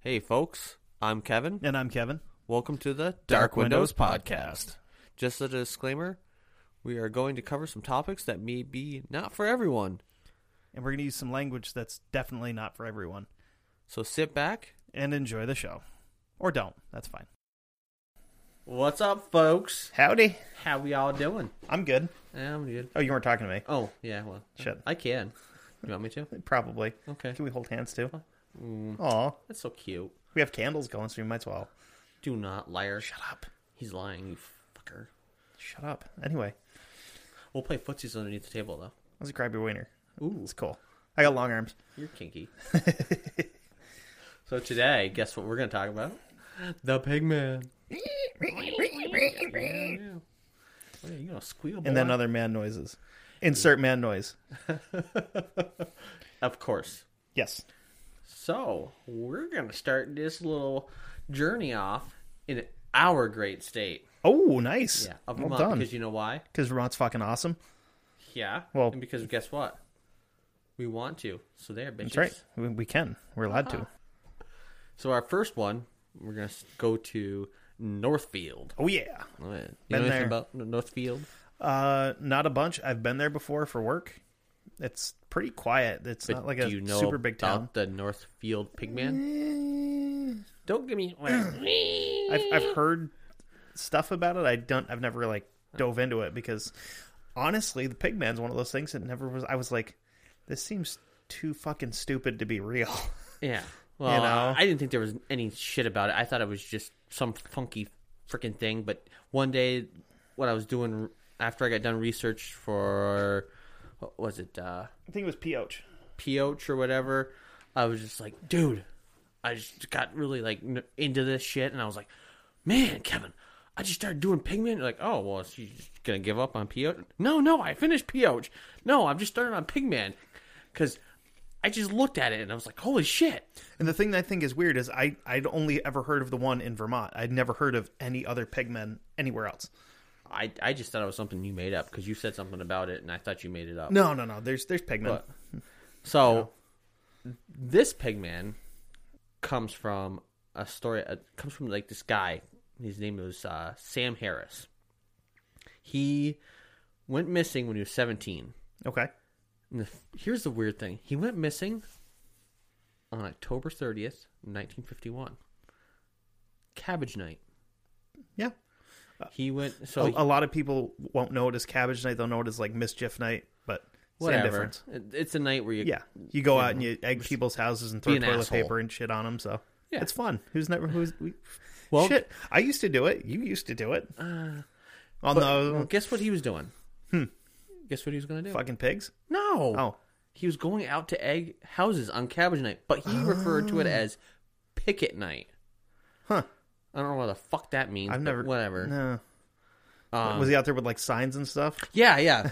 Hey, folks, I'm Kevin. And I'm Kevin. Welcome to the Dark Windows Podcast. Just a disclaimer we are going to cover some topics that may be not for everyone. And we're going to use some language that's definitely not for everyone. So sit back. And enjoy the show. Or don't. That's fine. What's up, folks? Howdy. How we all doing? I'm good. I'm good. Oh, you weren't talking to me. Oh, yeah, well, Shit. I can. You want me to? Probably. Okay. Can we hold hands too? Aw. That's so cute. We have candles going, so we might as well. Do not liar. Shut up. He's lying, you fucker. Shut up. Anyway, We'll play footsies underneath the table, though. I was a crabby wiener. Ooh. It's cool. I got long arms. You're kinky. so today, guess what we're going to talk about? The Pigman. you gonna squeal? And then other man noises. Insert man noise. of course. Yes. So we're gonna start this little journey off in our great state. Oh, nice. Yeah, of well Vermont, done. because you know why? Because Vermont's fucking awesome. Yeah. Well- and because guess what? We want to. So there, bitches. That's right. We, we can. We're allowed to. So our first one, we're gonna s- go to Northfield. Oh, yeah. You know Been anything there. about N- Northfield? Uh, not a bunch. I've been there before for work. It's pretty quiet. It's not like a do you know super big town. about the Northfield Pigman? Don't give me. I've I've heard stuff about it. I don't. I've never like dove into it because honestly, the Pigman's one of those things that never was. I was like, this seems too fucking stupid to be real. yeah. Well, know? I didn't think there was any shit about it. I thought it was just some funky freaking thing. But one day, what I was doing after I got done research for what was it uh, I think it was Pioch. Pioch or whatever, I was just like, dude, I just got really like n- into this shit, and I was like, man, Kevin, I just started doing Pigman. Like, oh well, so you just gonna give up on Pioch? No, no, I finished Pioch. No, I'm just starting on Pigman because I just looked at it and I was like, holy shit. And the thing that I think is weird is I I'd only ever heard of the one in Vermont. I'd never heard of any other Pigmen anywhere else. I, I just thought it was something you made up because you said something about it and I thought you made it up. No, no, no. There's there's Pigmen. But- So this pigman comes from a story. Uh, comes from like this guy. His name was uh, Sam Harris. He went missing when he was seventeen. okay. And the, here's the weird thing: he went missing on October thirtieth, nineteen fifty-one. Cabbage night. Yeah. Uh, He went. A, So a lot of people won't know it as Cabbage Night. They'll know it as like Mischief Night, but same whatever. difference. It- It's a night where you Yeah, you go out and you egg people's houses and throw Be an toilet asshole. paper and shit on them. So Yeah. it's fun. Who's never who's we, Well- Uh, shit? I used to do it. You used to do it. on But, the well, guess what he was doing? Hmm. Guess what he was going to do? fucking pigs. No. Oh, He was going out to egg houses on cabbage night, but he referred to it as picket night. Oh. Huh. I don't know what the fuck that means. I've but never. Whatever. No. Um, was he out there with like signs and stuff? Yeah, yeah.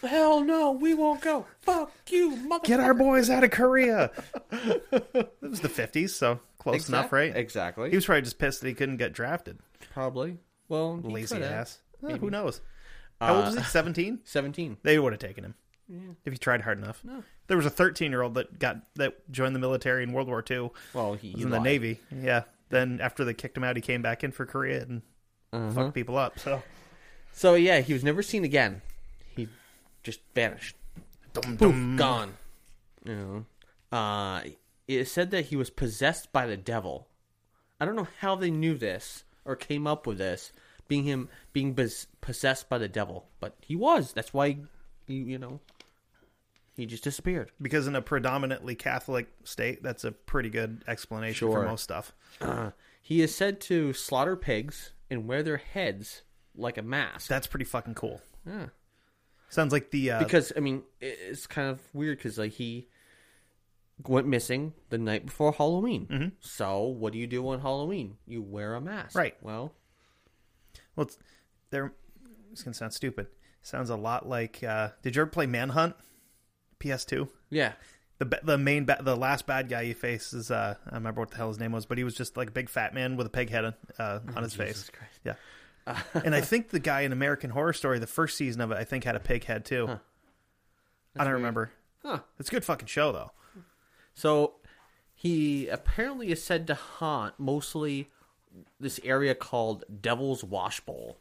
Hell no, we won't go. Fuck you, motherfucker. Get our boys out of Korea. it was the fifties, so close Exact- enough, right? Exactly. He was probably just pissed that he couldn't get drafted. probably. Well, he Uh, Lazy coulda. ass. Eh, who knows? How old was he? Seventeen. 17. They would have taken him if he tried hard enough. There was a 13 year old that got that joined the military in World War II. Well, he, was in the lied. Navy. Yeah. Then after they kicked him out, he came back in for Korea and Uh-huh. fucked people up. So So, yeah, he was never seen again. He just vanished. dum, Poof, dum. gone. You know. Uh, it said that he was possessed by the devil. I don't know how they knew this or came up with this, being him being pos- possessed by the devil, but he was. That's why, he, you know, he just disappeared. because in a predominantly Catholic state, that's a pretty good explanation Sure. for most stuff. He is said to slaughter pigs and wear their heads like a mask. That's pretty fucking cool. Yeah. Sounds like the uh, because I mean, it- it's kind of weird because like he went missing the night before Halloween. Mm-hmm. So what do you do on Halloween? You wear a mask. Right. Well, Well, it's, they're. It's gonna sound stupid. Sounds a lot like. Uh, did you ever play Manhunt? PS2. yeah. The ba- the main ba- the last bad guy you face is uh, I remember what the hell his name was, but he was just like a big fat man with a pig head uh, on his face. Oh, Christ. Yeah. and I think the guy in American Horror Story, the first season of it, I think had a pig head too. I don't remember. Huh. It's a good fucking show though. So he apparently is said to haunt mostly this area called Devil's Wash Bowl.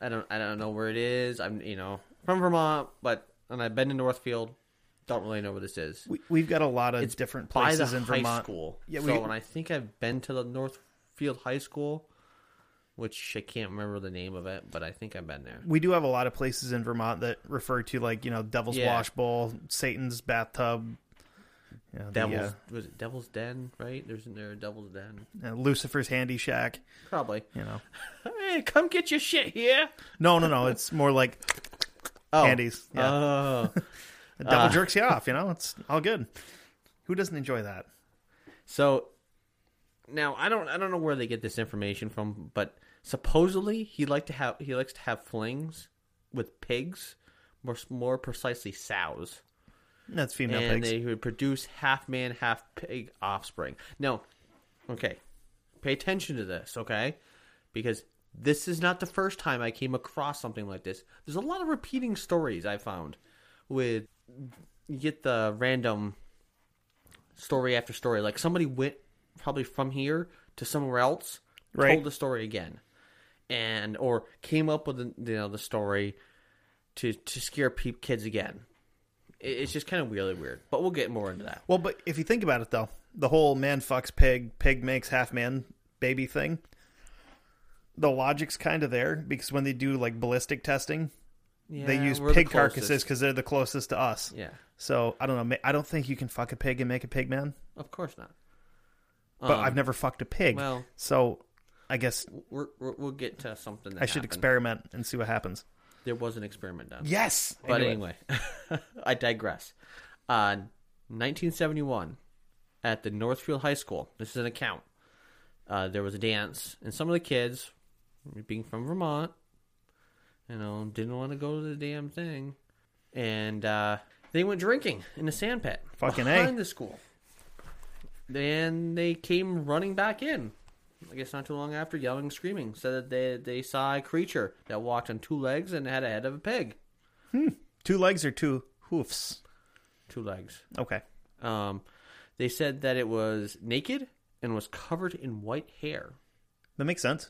I don't I don't know where it is. I'm you know from Vermont, but and I've been to Northfield. Don't really know where this is. We, we've got a lot of It's different by places the in high Vermont. school. Yeah, we- so and I think I've been to the Northfield High School, which I can't remember the name of it, but I think I've been there. We do have a lot of places in Vermont that refer to like you know Devil's Yeah. Wash Bowl, Satan's bathtub, you know, the, Devil's uh, was it Devil's Den, right? There's there a Devil's Den, uh, Lucifer's handy shack. probably. You know, Hey, come get your shit here. no, no, no. It's more like Oh. Candies, yeah. Oh. the devil jerks you off. You know, it's all good. Who doesn't enjoy that? So now I don't I don't know where they get this information from, but supposedly he liked to have he likes to have flings with pigs, more more precisely sows, That's female and pigs. they would produce half man half pig offspring. Now, okay, pay attention to this, okay, because this is not the first time I came across something like this. There's a lot of repeating stories I found with you get the random story after story. Like somebody went probably from here to somewhere else, Right. told the story again, and or came up with the, you know the story to to scare peep kids again. It, it's just kind of really weird, but we'll get more into that. Well, but if you think about it, though, the whole man fucks pig, pig makes half man baby thing, the logic's kind of there because when they do like ballistic testing, they Yeah, use we're the pig closest. carcasses because they're the closest to us. Yeah, So I don't know. ma- I don't think you can fuck a pig and make a pig man, of course not. but I've never fucked a pig. Uh-uh. well- so I guess We're, we're, we'll get to something. That I should happened. experiment and see what happens. There was an experiment done. Yes, I But knew it. anyway, I digress. Uh, 1971, at the Northfield High School, this is an account. Uh, there was a dance, and some of the kids, being from Vermont, you know, didn't want to go to the damn thing, and uh, they went drinking in the sand pit Fucking A. behind the school. Then they came running back in. I guess not too long after, yelling and screaming, said that they they saw a creature that walked on two legs and had a head of a pig. two legs or two hoofs. two legs. Okay, Um, they said that it was naked and was covered in white hair. that makes sense.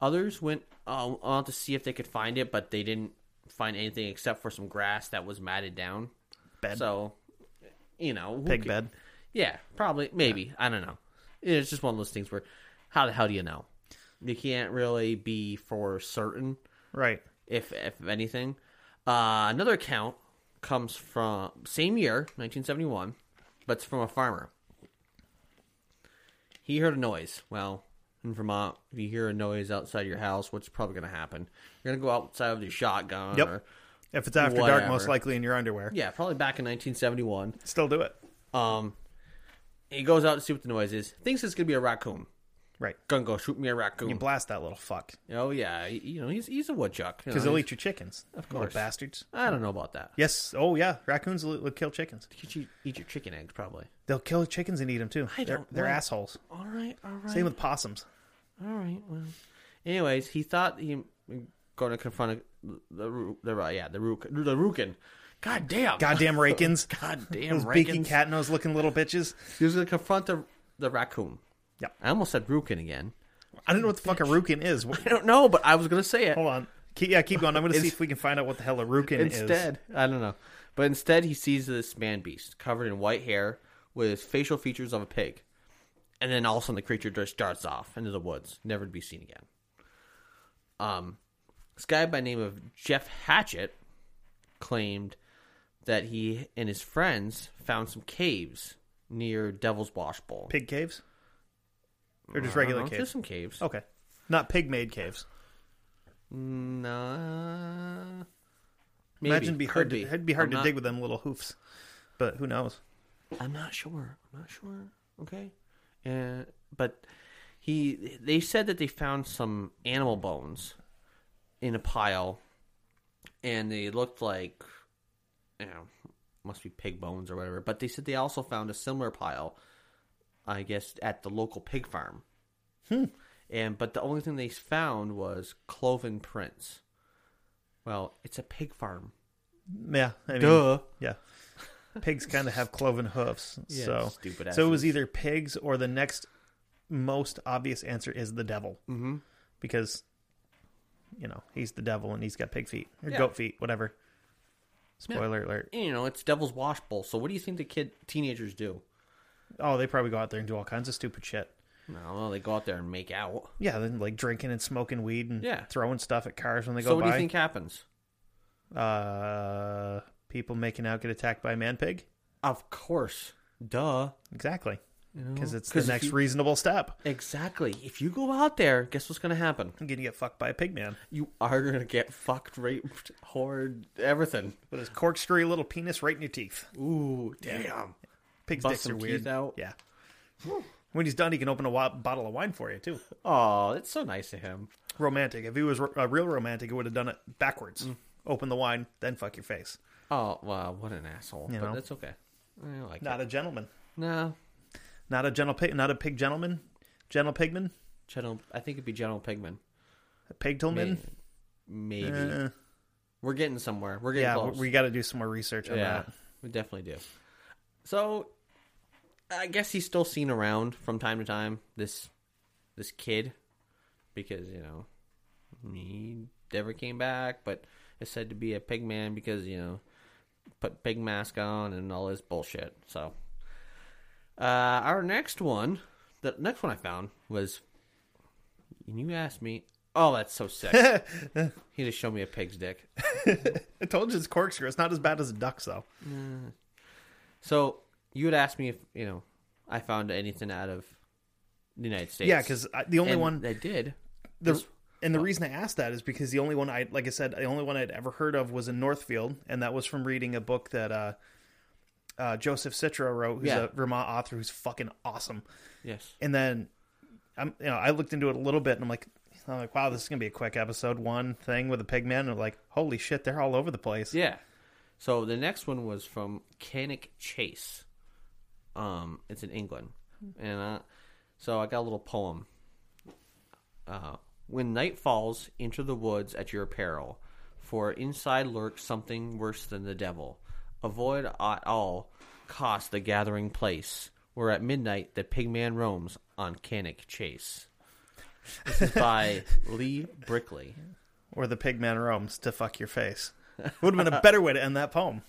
Others went uh, on to see if they could find it, but they didn't find anything except for some grass that was matted down. Bed, So, you know, who pig ca- bed. Yeah, probably, maybe. I don't know. It's just one of those things where, how the hell do you know? You can't really be for certain. Right. if if anything. Uh, another account comes from same year, 1971, but it's from a farmer. He heard a noise. Well, in Vermont, if you hear a noise outside your house, what's probably going to happen? You're going to go outside with your shotgun. Yep. Or, If it's after dark, most Whatever. likely in your underwear. yeah, probably back in 1971. Still do it. Um, he goes out to see what the noise is. Thinks it's going to be a raccoon. Right. Gonna go shoot me a raccoon. Blast that little fuck. oh yeah, he- you know he's he's a woodchuck. You Because know, they'll he's- eat your chickens. Of course. bastards. I don't know about that. Yes. Oh, yeah. Raccoons will, will kill chickens. You eat your chicken eggs probably. They'll kill chickens and eat them, too. I they're don't they're know. assholes. All right, all right. Same with possums. All right. Well, anyways, he thought he going to confront the Ru- the Ru- yeah the Rook the Rukin. God damn. Goddamn rakins. God Those damn. beaky Rankins. cat nose looking little bitches. He was going to confront the the raccoon. Yep. I almost said Rukin again. I don't know what the fuck a rookin is. Wh- I don't know, but I was going to say it Hold on. Keep, yeah, keep going. I'm going to see if we can find out what the hell a rookin is. instead. I don't know, but instead he sees this man beast covered in white hair with facial features of a pig, and then all of a sudden the creature just darts off into the woods, never to be seen again. Um, this guy by name of Jeff Hatchett claimed that he and his friends found some caves near Devil's Wash Bowl. Pig caves? Or just I don't regular know, caves? Oh. Just some caves. Okay. Not pig made caves. No. Imagine it'd be hard, could to, it'd be hard I'm to not- dig with them little hoofs. But who knows? I'm not sure. I'm not sure. Okay. And but he they said that they found some animal bones in a pile and they looked like you know, must be pig bones or whatever. But they said they also found a similar pile, I guess, at the local pig farm. And but the only thing they found was cloven prints. Well, it's a pig farm. Yeah, I mean, Yeah, pigs kind of have cloven hoofs. Yeah, so stupid So it was asses. either pigs or the next most obvious answer is the devil, mm-hmm. because you know he's the devil and he's got pig feet or Yeah. goat feet, whatever. Spoiler alert! You know, it's Devil's Wash Bowl. So what do you think the kid teenagers do? Oh, they probably go out there and do all kinds of stupid shit. No, they go out there and make out. Yeah, then like drinking and smoking weed and Yeah. throwing stuff at cars when they So go what do by. you think happens? Uh, people making out get attacked by a man pig. Of course, duh. Exactly, because it's the 'Cause if next you- reasonable step. Exactly. If you go out there, guess what's going to happen? I'm gonna get fucked by a pig man You are going to get fucked, raped, whored, everything. with his corkscrew little penis right in your teeth. Ooh, damn. Pig's Bust dicks some are weird. teeth out. Yeah. when he's done, he can open a wi- bottle of wine for you too. Oh, it's so nice of him. Romantic. If he was r- a real romantic, he would have done it backwards. Mm. Open the wine, then fuck your face. Oh, wow, what an asshole. You but know? that's okay. I like Not that. a gentleman. No, Not a gentle pig. Not a pig gentleman. Gentle pigman. General, I think it'd be General Pigman. Pigtleman. Maybe. Eh, We're getting somewhere. We're getting yeah, close. we got to do some more research on yeah, that. we definitely do. So, I guess he's still seen around from time to time. This this kid, because you know he never came back, but is said to be a pig man because you know put pig mask on and all this bullshit. So, uh, our next one, the next one I found was, and you asked me, oh, that's so sick. he just showed me a pig's dick. I told you it's corkscrew. It's not as bad as a duck, though. So you would ask me if you know I found anything out of the United States. Yeah, because the only And one they did. the and the reason I asked that is because the only one I like I said the only one I'd ever heard of was in Northfield, and that was from reading a book that uh, uh, Joseph Citro wrote, who's Yeah. a Vermont author who's fucking awesome. Yes. And then I'm you know I looked into it a little bit, and I'm like I'm like wow this is gonna be a quick episode one thing with a pigman, and I'm like holy shit they're all over the place. Yeah. So the next one was from Canic Chase. Um, it's in England, and uh, so I got a little poem. Uh, when night falls into the woods at your peril, for inside lurks something worse than the devil. Avoid at all cost the gathering place, where at midnight the pigman roams on Canic Chase. This is by Lee Brickley. Or the pigman roams to fuck your face. Would have been a better way to end that poem.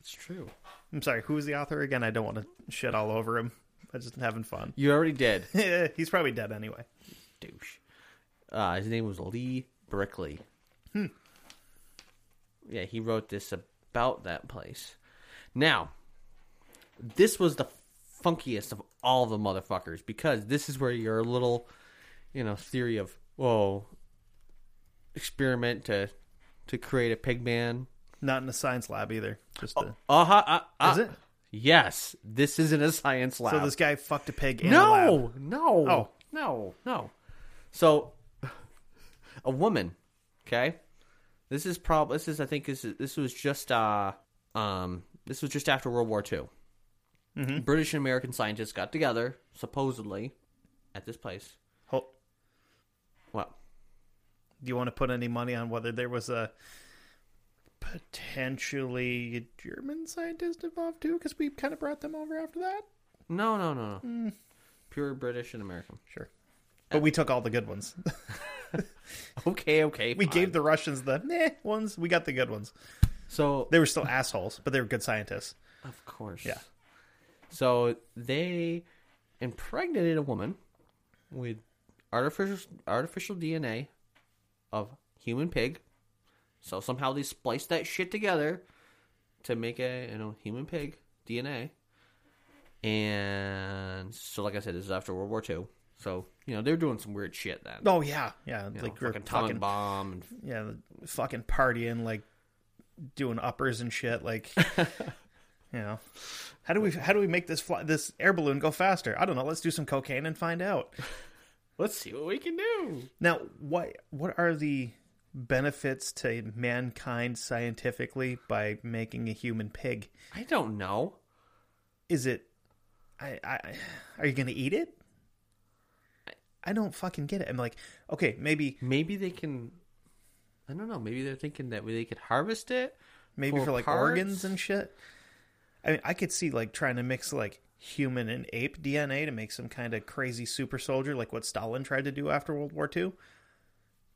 It's true. I'm sorry, who was the author again? I don't want to shit all over him. I'm just having fun. You already did. He's probably dead anyway. douche. Uh, his name was Lee Brickley. Hmm. Yeah, he wrote this about that place. Now, this was the funkiest of all the motherfuckers because this is where your little, you know, theory of whoa, experiment to to create a pig man. Not in a science lab either. Just a, Uh huh. Uh, uh, is it? Yes, this isn't a science lab. So this guy fucked a pig. In a No, lab. no, Oh. no, no. So, a woman. Okay, this is probably this is I think this is, this was just uh um this was just after World War II. British and American scientists got together supposedly at this place. Ho- What? do you want to put any money on whether there was a potentially a German scientist involved too? Because we kind of brought them over after that. No, no, no, no. Pure British and American. Sure, but we took all the good ones. Okay, okay. we gave the Russians the meh ones. We got the good ones. so They were still assholes, but they were good scientists. Of course. Yeah. So they impregnated a woman with artificial artificial DNA of human pig. So somehow they spliced that shit together to make a you know human pig DNA. And so, like I said, this is after World War II. So you know they're doing some weird shit then. Oh yeah, yeah. You know, like we're fucking atomic fucking, bomb and yeah, fucking partying, like doing uppers and shit, like You know, how do we how do we make this fly, this air balloon go faster? I don't know. Let's do some cocaine and find out. Let's see what we can do. Now, what what are the benefits to mankind scientifically by making a human pig? I don't know. Is it? I, I are you going to eat it? I don't fucking get it. I'm like, okay, maybe Maybe they can. I don't know. Maybe they're thinking that they could harvest it. maybe For for, like parts? organs and shit. I mean, I could see like trying to mix like human and ape DNA to make some kind of crazy super soldier, like what Stalin tried to do after World War II.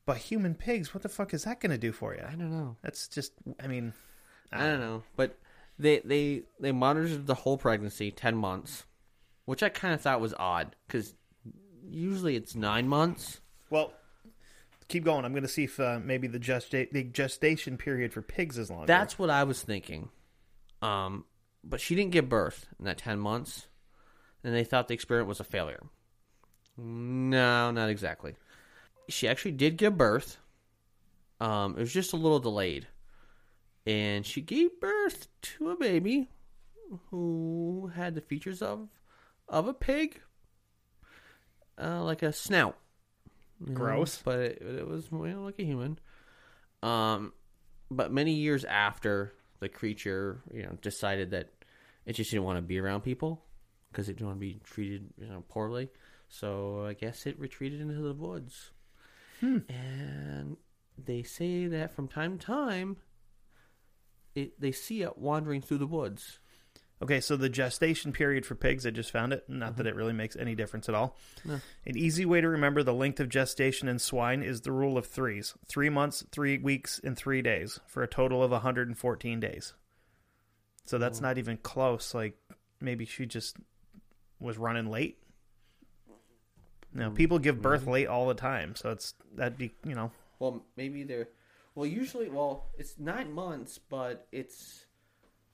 But human pigs, what the fuck is that going to do for you? I don't know. That's just, I mean, I don't know. But they they they monitored the whole pregnancy, ten months, which I kind of thought was odd because usually it's nine months. well, keep going. I'm going to see if uh, maybe the, gesta- the gestation period for pigs is longer. That's what I was thinking. Um, but she didn't give birth in that 10 months, and they thought the experiment was a failure. No, not exactly. She actually did give birth. Um, it was just a little delayed. And she gave birth to a baby who had the features of of a pig, uh, like a snout. you know, Gross. Mm-hmm. but it, it was you know, like a human. Um, but many years after the creature, you know, decided that it just didn't want to be around people because it didn't want to be treated, you know, poorly. So I guess it retreated into the woods. And they say that from time to time, it, they see it wandering through the woods. Okay, so the gestation period for pigs, I just found it. Not Mm-hmm. that it really makes any difference at all. No. An easy way to remember the length of gestation in swine is the rule of threes three months, three weeks, and three days for a total of 114 days. So that's not even close. Like maybe she just was running late. No, Mm-hmm. people give birth late all the time. So it's that'd be, you know, Well, maybe they're. Well, usually, well, it's nine months, but it's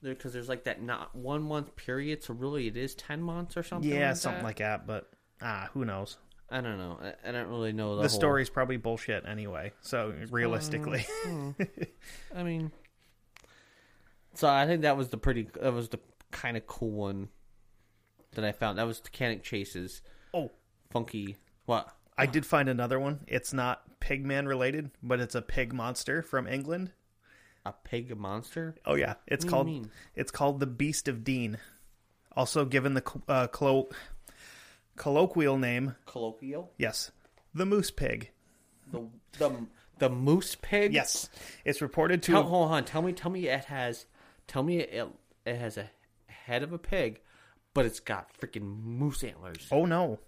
because there's like that not one month period. So really, it is ten months or something. yeah, like something that. like that. But ah, who knows? I don't know. I, I don't really know the, The whole- story's probably bullshit anyway. So realistically. Mm. I mean, so I think that was the pretty. That was the kind of cool one that I found. That was Titanic Chase's oh, funky. What? I did find another one. It's not Pigman related, but it's a pig monster from England. A pig monster? Oh yeah, it's What do you called mean? it's called the Beast of Dean. Also given the co- uh, clo- colloquial name, Colloquial? yes, the moose pig. The the the moose pig? Yes, it's reported to Tell, hold on. Tell me. Tell me. It has. Tell me. It, it has a head of a pig, but it's got freaking moose antlers. Oh no.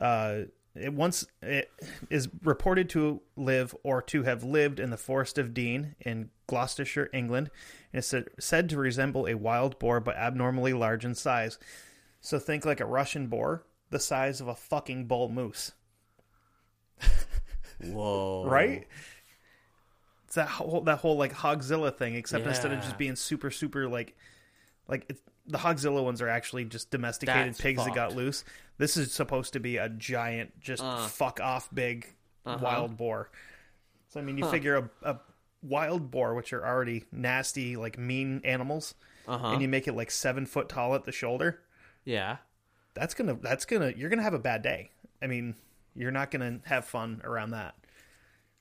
Uh, it once it is reported to live or to have lived in the forest of Dean in Gloucestershire, England, and is said- said to resemble a wild boar but abnormally large in size. So think like a Russian boar, the size of a fucking bull moose, Whoa! right? It's that whole that whole like Hogzilla thing, except instead of Yeah. just being super super like like it's, the Hogzilla ones are actually just domesticated That's pigs that got fucked. Uh. loose. This is supposed to be a giant, just fuck off big Uh-huh. wild boar. So I mean, you figure a, a wild boar, which are already nasty, like mean animals, Uh-huh. and you make it like seven foot tall at the shoulder. Yeah. That's gonna that's gonna you're gonna have a bad day. I mean, you're not gonna have fun around that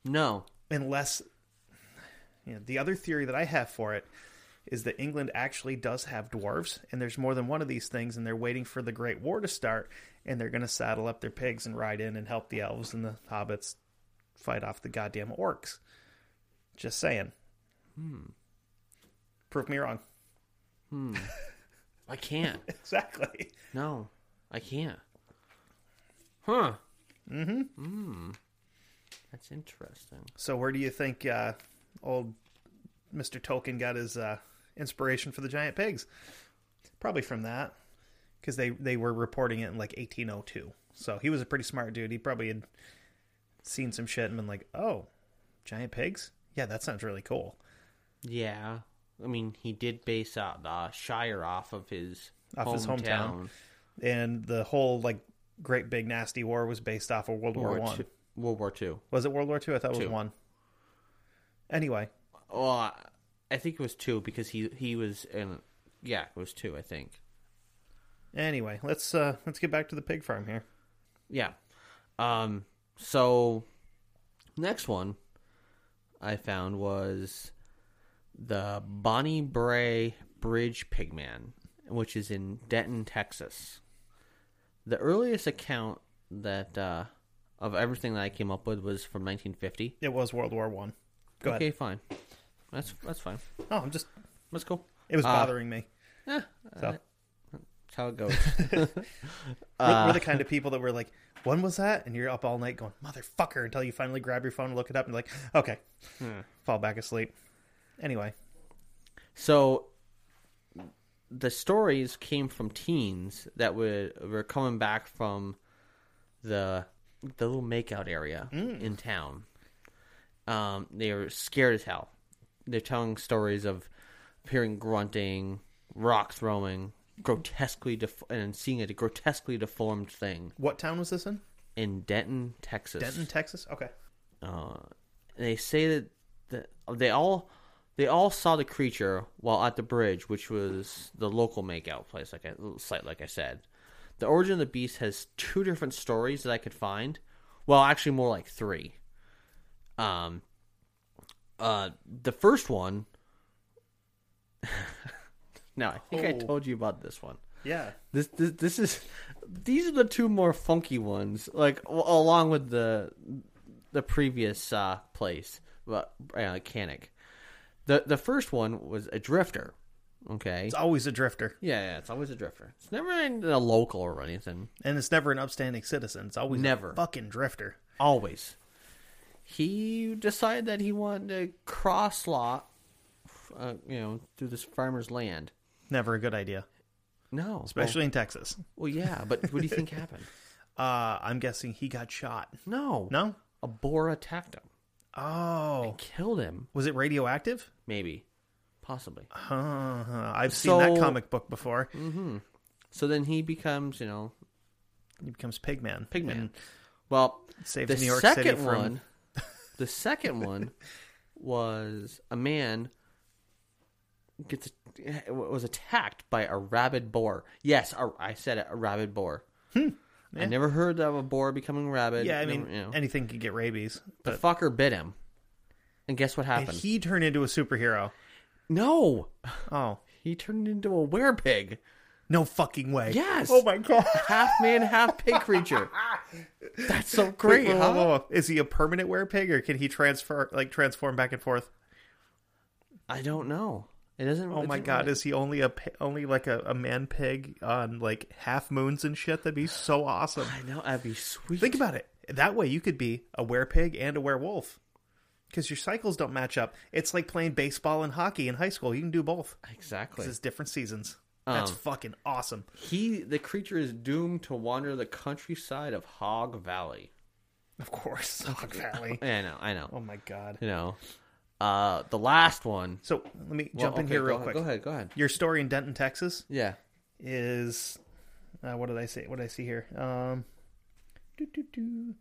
No. unless you know, the other theory that I have for it is that England actually does have dwarves, and there's more than one of these things, and they're waiting for the Great War to start, and they're going to saddle up their pigs and ride in and help the elves and the hobbits fight off the goddamn orcs. Just saying. Hmm. Prove me wrong. I can't. Exactly. No, I can't. Huh. Mm-hmm. Mm. Hmm. That's interesting. So, where do you think uh, old Mister Tolkien got his uh, inspiration for the giant pigs? Probably from that, because they they were reporting it in like 1802. So he was a pretty smart dude. He probably had seen some shit and been like, "Oh, giant pigs? Yeah, that sounds really cool." Yeah. I mean, he did base out the Shire off of his Off his hometown. And the whole like Great Big Nasty War was based off of World War World One. Two- World War Two. Was it World War Two? I thought it was Two. one. Anyway, Well, I- I think it was two because he he was in yeah, it was two, I think. Anyway, let's uh let's get back to the pig farm here. Yeah. Um, so next one I found was the Bonnie Bray Bridge Pigman, which is in Denton, Texas. The earliest account that uh, of everything that I came up with was from 1950. It was World War One. Go okay, fine. That's that's fine. ahead. Oh, I'm just That's cool. it was Uh, bothering me. Yeah, So that's how it goes. we're, we're the kind of people that were like, when was that? And you're up all night going, motherfucker, until you finally grab your phone and look it up and like, okay, Hmm. fall back asleep. Anyway, So the stories came from teens that were were coming back from the the little makeout area in town. Um, they were scared as hell. They're telling stories of hearing grunting, rock throwing, grotesquely def- and seeing a grotesquely deformed thing what town was this in? in Denton, Texas. Denton, Texas. Okay. Uh, and they say that the, they all they all saw the creature while at the bridge, which was the local makeout place, like I, site, like I said. The origin of the beast has two different stories that I could find. Well, actually, more like three. Um, uh, the first one. no, I think I Oh. told you about this one. Yeah. This, this this is these are the two more funky ones, like w- along with the the previous uh, place, but uh, Canic. The the first one was a drifter. Okay. It's always a drifter, yeah, yeah, it's always a drifter. It's never in a local or anything. and it's never an upstanding citizen. It's always Never. a fucking drifter. Always. He decided that he wanted to cross law, uh, you know, through this farmer's land. Never a good idea, No, Oh, especially in Texas. Well, well, yeah, but what do you think happened? Uh, I'm guessing he got shot. No, No. A boar attacked him, Oh, killed him. was it radioactive? maybe possibly Uh, I've seen that So- comic book before. so then he becomes you know He becomes Pigman. pigman And well saves the New York second City from. one the second one was a man gets was attacked by a rabid boar yes a, i said it, a rabid boar i never heard of a boar becoming rabid Hmm. Yeah, I Never- mean, you know. anything could get rabies. the fucker bit him and guess what And happened he turned into a superhero. no Oh, he turned into a werepig no fucking way. Yes. Oh my god. half man half pig creature that's so Wait, great whoa, huh? whoa, whoa. Is he a permanent werepig or can he transfer like transform back and forth? I don't know. It doesn't. Oh my god, is he only a pi- only like a, a man pig on like half moons and shit? That'd be so awesome. I know that'd be sweet. Think about it. That way you could be a werepig and a werewolf. Because your cycles don't match up. It's like playing baseball and hockey in high school. You can do both. exactly. Because it's different seasons. That's fucking awesome. He, the creature, is doomed to wander the countryside of Hog Valley. Of course. Hog Valley. Yeah, I know. I know. Oh my god. You know. Uh, the last one. So let me Well, jump in okay, here go real ahead- quick. Go ahead. Go ahead. Your story in Denton, Texas, Yeah. is uh, what did I say? What did I see here? Um, doo-doo-doo.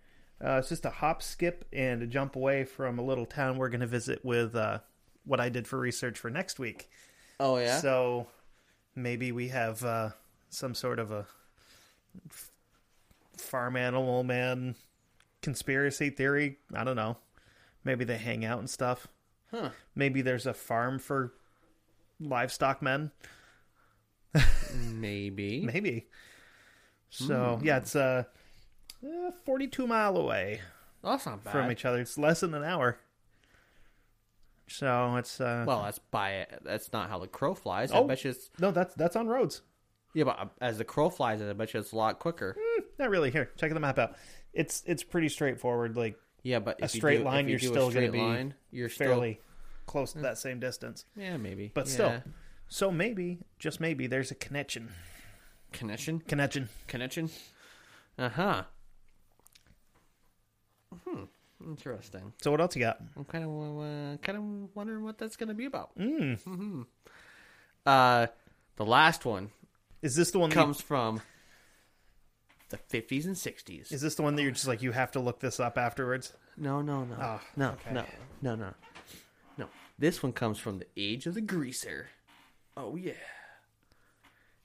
Uh, it's just a hop, skip, and a jump away from a little town we're going to visit with uh, what I did for research for next week. Oh yeah. So maybe we have uh, some sort of a f- farm animal man conspiracy theory. I don't know. Maybe they hang out and stuff. Huh. Maybe there's a farm for livestock men. Maybe. Maybe. So Hmm. yeah, it's uh, uh, 42 mile away That's not bad. from each other. It's less than an hour. So it's uh, well, that's by. That's not how the crow flies. I Oh. bet you it's. no, that's that's on roads. Yeah, but uh, as the crow flies, I bet you it's a lot quicker. Not really. Here, check the map out. It's it's pretty straightforward. Like Yeah, but if straight you do, line, if you you're do still a gonna straight be line, you're still- fairly close to that same distance. yeah, maybe. But Yeah. still, so maybe, just maybe, there's a connection. connection. Connection. connection. Uh Uh-huh. huh. Hmm. Interesting. So what else you got? I'm kind of uh, kind of wondering what that's going to be about. Mm. hmm Uh, the last one Is this the one? That you- comes from the 50s and 60s. is this the one that you're just like you have to look this up afterwards? No, no, no, Ah, no, okay. no, no, no, no. This one comes from the age of the greaser. Oh yeah.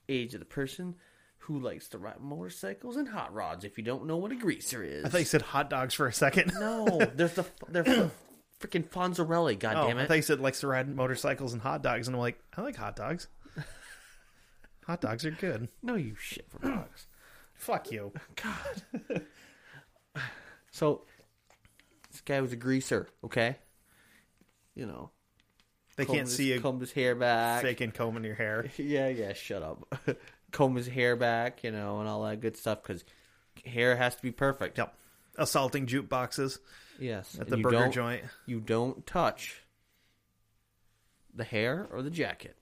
age of the person who likes to ride motorcycles and hot rods. If you don't know what a greaser is, I thought you said hot dogs for a second. no, there's the they're freaking Fonzarelli. God Oh, damn I it! thought you said likes to ride motorcycles and hot dogs, and I'm like, I like hot dogs. hot dogs are good. no, you shit for dogs. Fuck you. God. so this guy was a greaser, okay? You know, They combed can't his- see you combed his hair back. faking combing your hair. Yeah, yeah. Shut up. Comb his hair back, you know, and all that good stuff because hair has to be perfect. Yep. Assaulting jukeboxes Yes. at and the you burger don't- joint. You don't touch the hair or the jacket.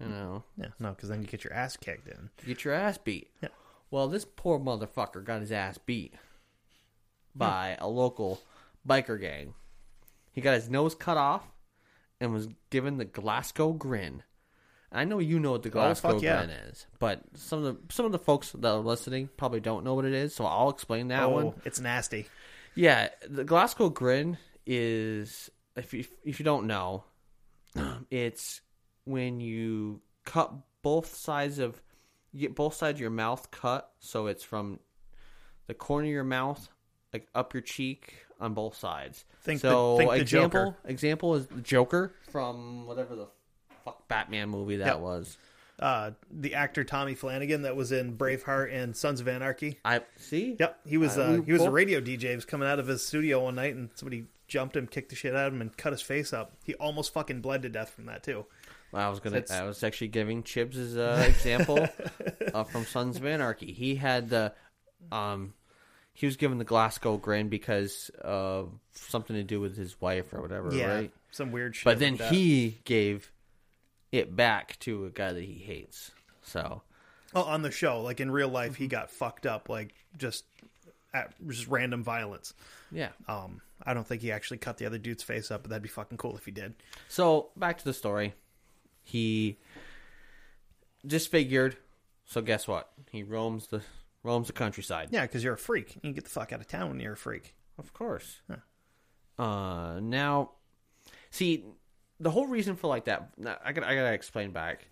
You know, Yeah, no, because then you get your ass kicked in. you get your ass beat. Yeah. Well, this poor motherfucker got his ass beat by a local biker gang. He got his nose cut off and was given the Glasgow grin. I know you know what the Glasgow Oh, fuck yeah. grin is, but some of the some of the folks that are listening probably don't know what it is, so I'll explain that Oh, one. it's nasty. Yeah, the Glasgow grin is if you, if you don't know, it's when you cut both sides of you get both sides of your mouth cut, so it's from the corner of your mouth like up your cheek on both sides. Think the- so think the example example is the Joker from whatever the fuck Batman movie that Yep. was. Uh, the actor Tommy Flanagan that was in Braveheart and Sons of Anarchy. I see. Yep, he was Uh, uh, we he was a both- radio DJ. He was coming out of his studio one night, and somebody jumped him, kicked the shit out of him, and cut his face up. He almost fucking bled to death from that too. I was gonna. That's- I was actually giving Chibs as an example uh, from Sons of Anarchy. He had the, um, he was given the Glasgow grin because of something to do with his wife or whatever, right? some weird shit. But then like that. he gave it back to a guy that he hates. So oh, on the show, like in real life, he got fucked up, like just at just random violence. yeah. Um, I don't think he actually cut the other dude's face up, but that'd be fucking cool if he did. So back to the story. He disfigured. So guess what? He roams the roams the countryside. Yeah, because you're a freak. You can get the fuck out of town when you're a freak. Of course. Uh, now, see, the whole reason for like that, now, I gotta, I gotta explain back.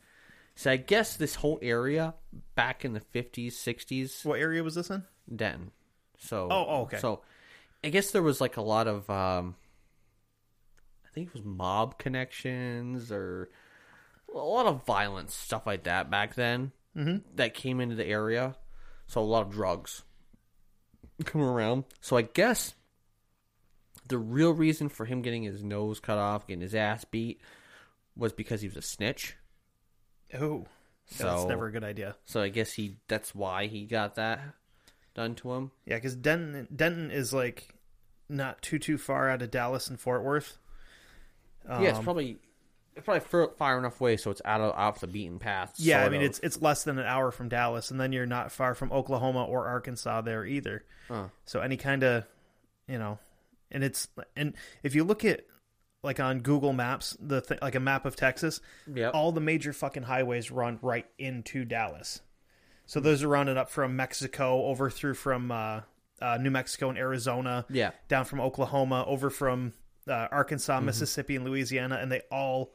So I guess this whole area back in the fifties, sixties, What area was this in? Denton. So Oh, oh, okay. So I guess there was like a lot of, um, I think it was mob connections or a lot of violence stuff like that back then Mm-hmm. that came into the area. So a lot of drugs come around. So I guess the real reason for him getting his nose cut off, getting his ass beat, was because he was a snitch. Oh, that's So- never a good idea. So I guess he that's why he got that done to him. Yeah, because Denton Denton is like not too too far out of Dallas and Fort Worth. Um, yeah, it's probably it's probably far, far enough away so it's out of off the beaten path. yeah. I sort mean, of. it's it's less than an hour from Dallas, and then you're not far from Oklahoma or Arkansas there either. Huh. So any kind of, you know, and it's and if you look at like on Google Maps, the th- like a map of Texas, Yep. all the major fucking highways run right into Dallas. So those are rounded up from Mexico over through from uh, uh, New Mexico and Arizona. yeah. down from Oklahoma, over from uh, Arkansas, Mississippi, and Louisiana, and they all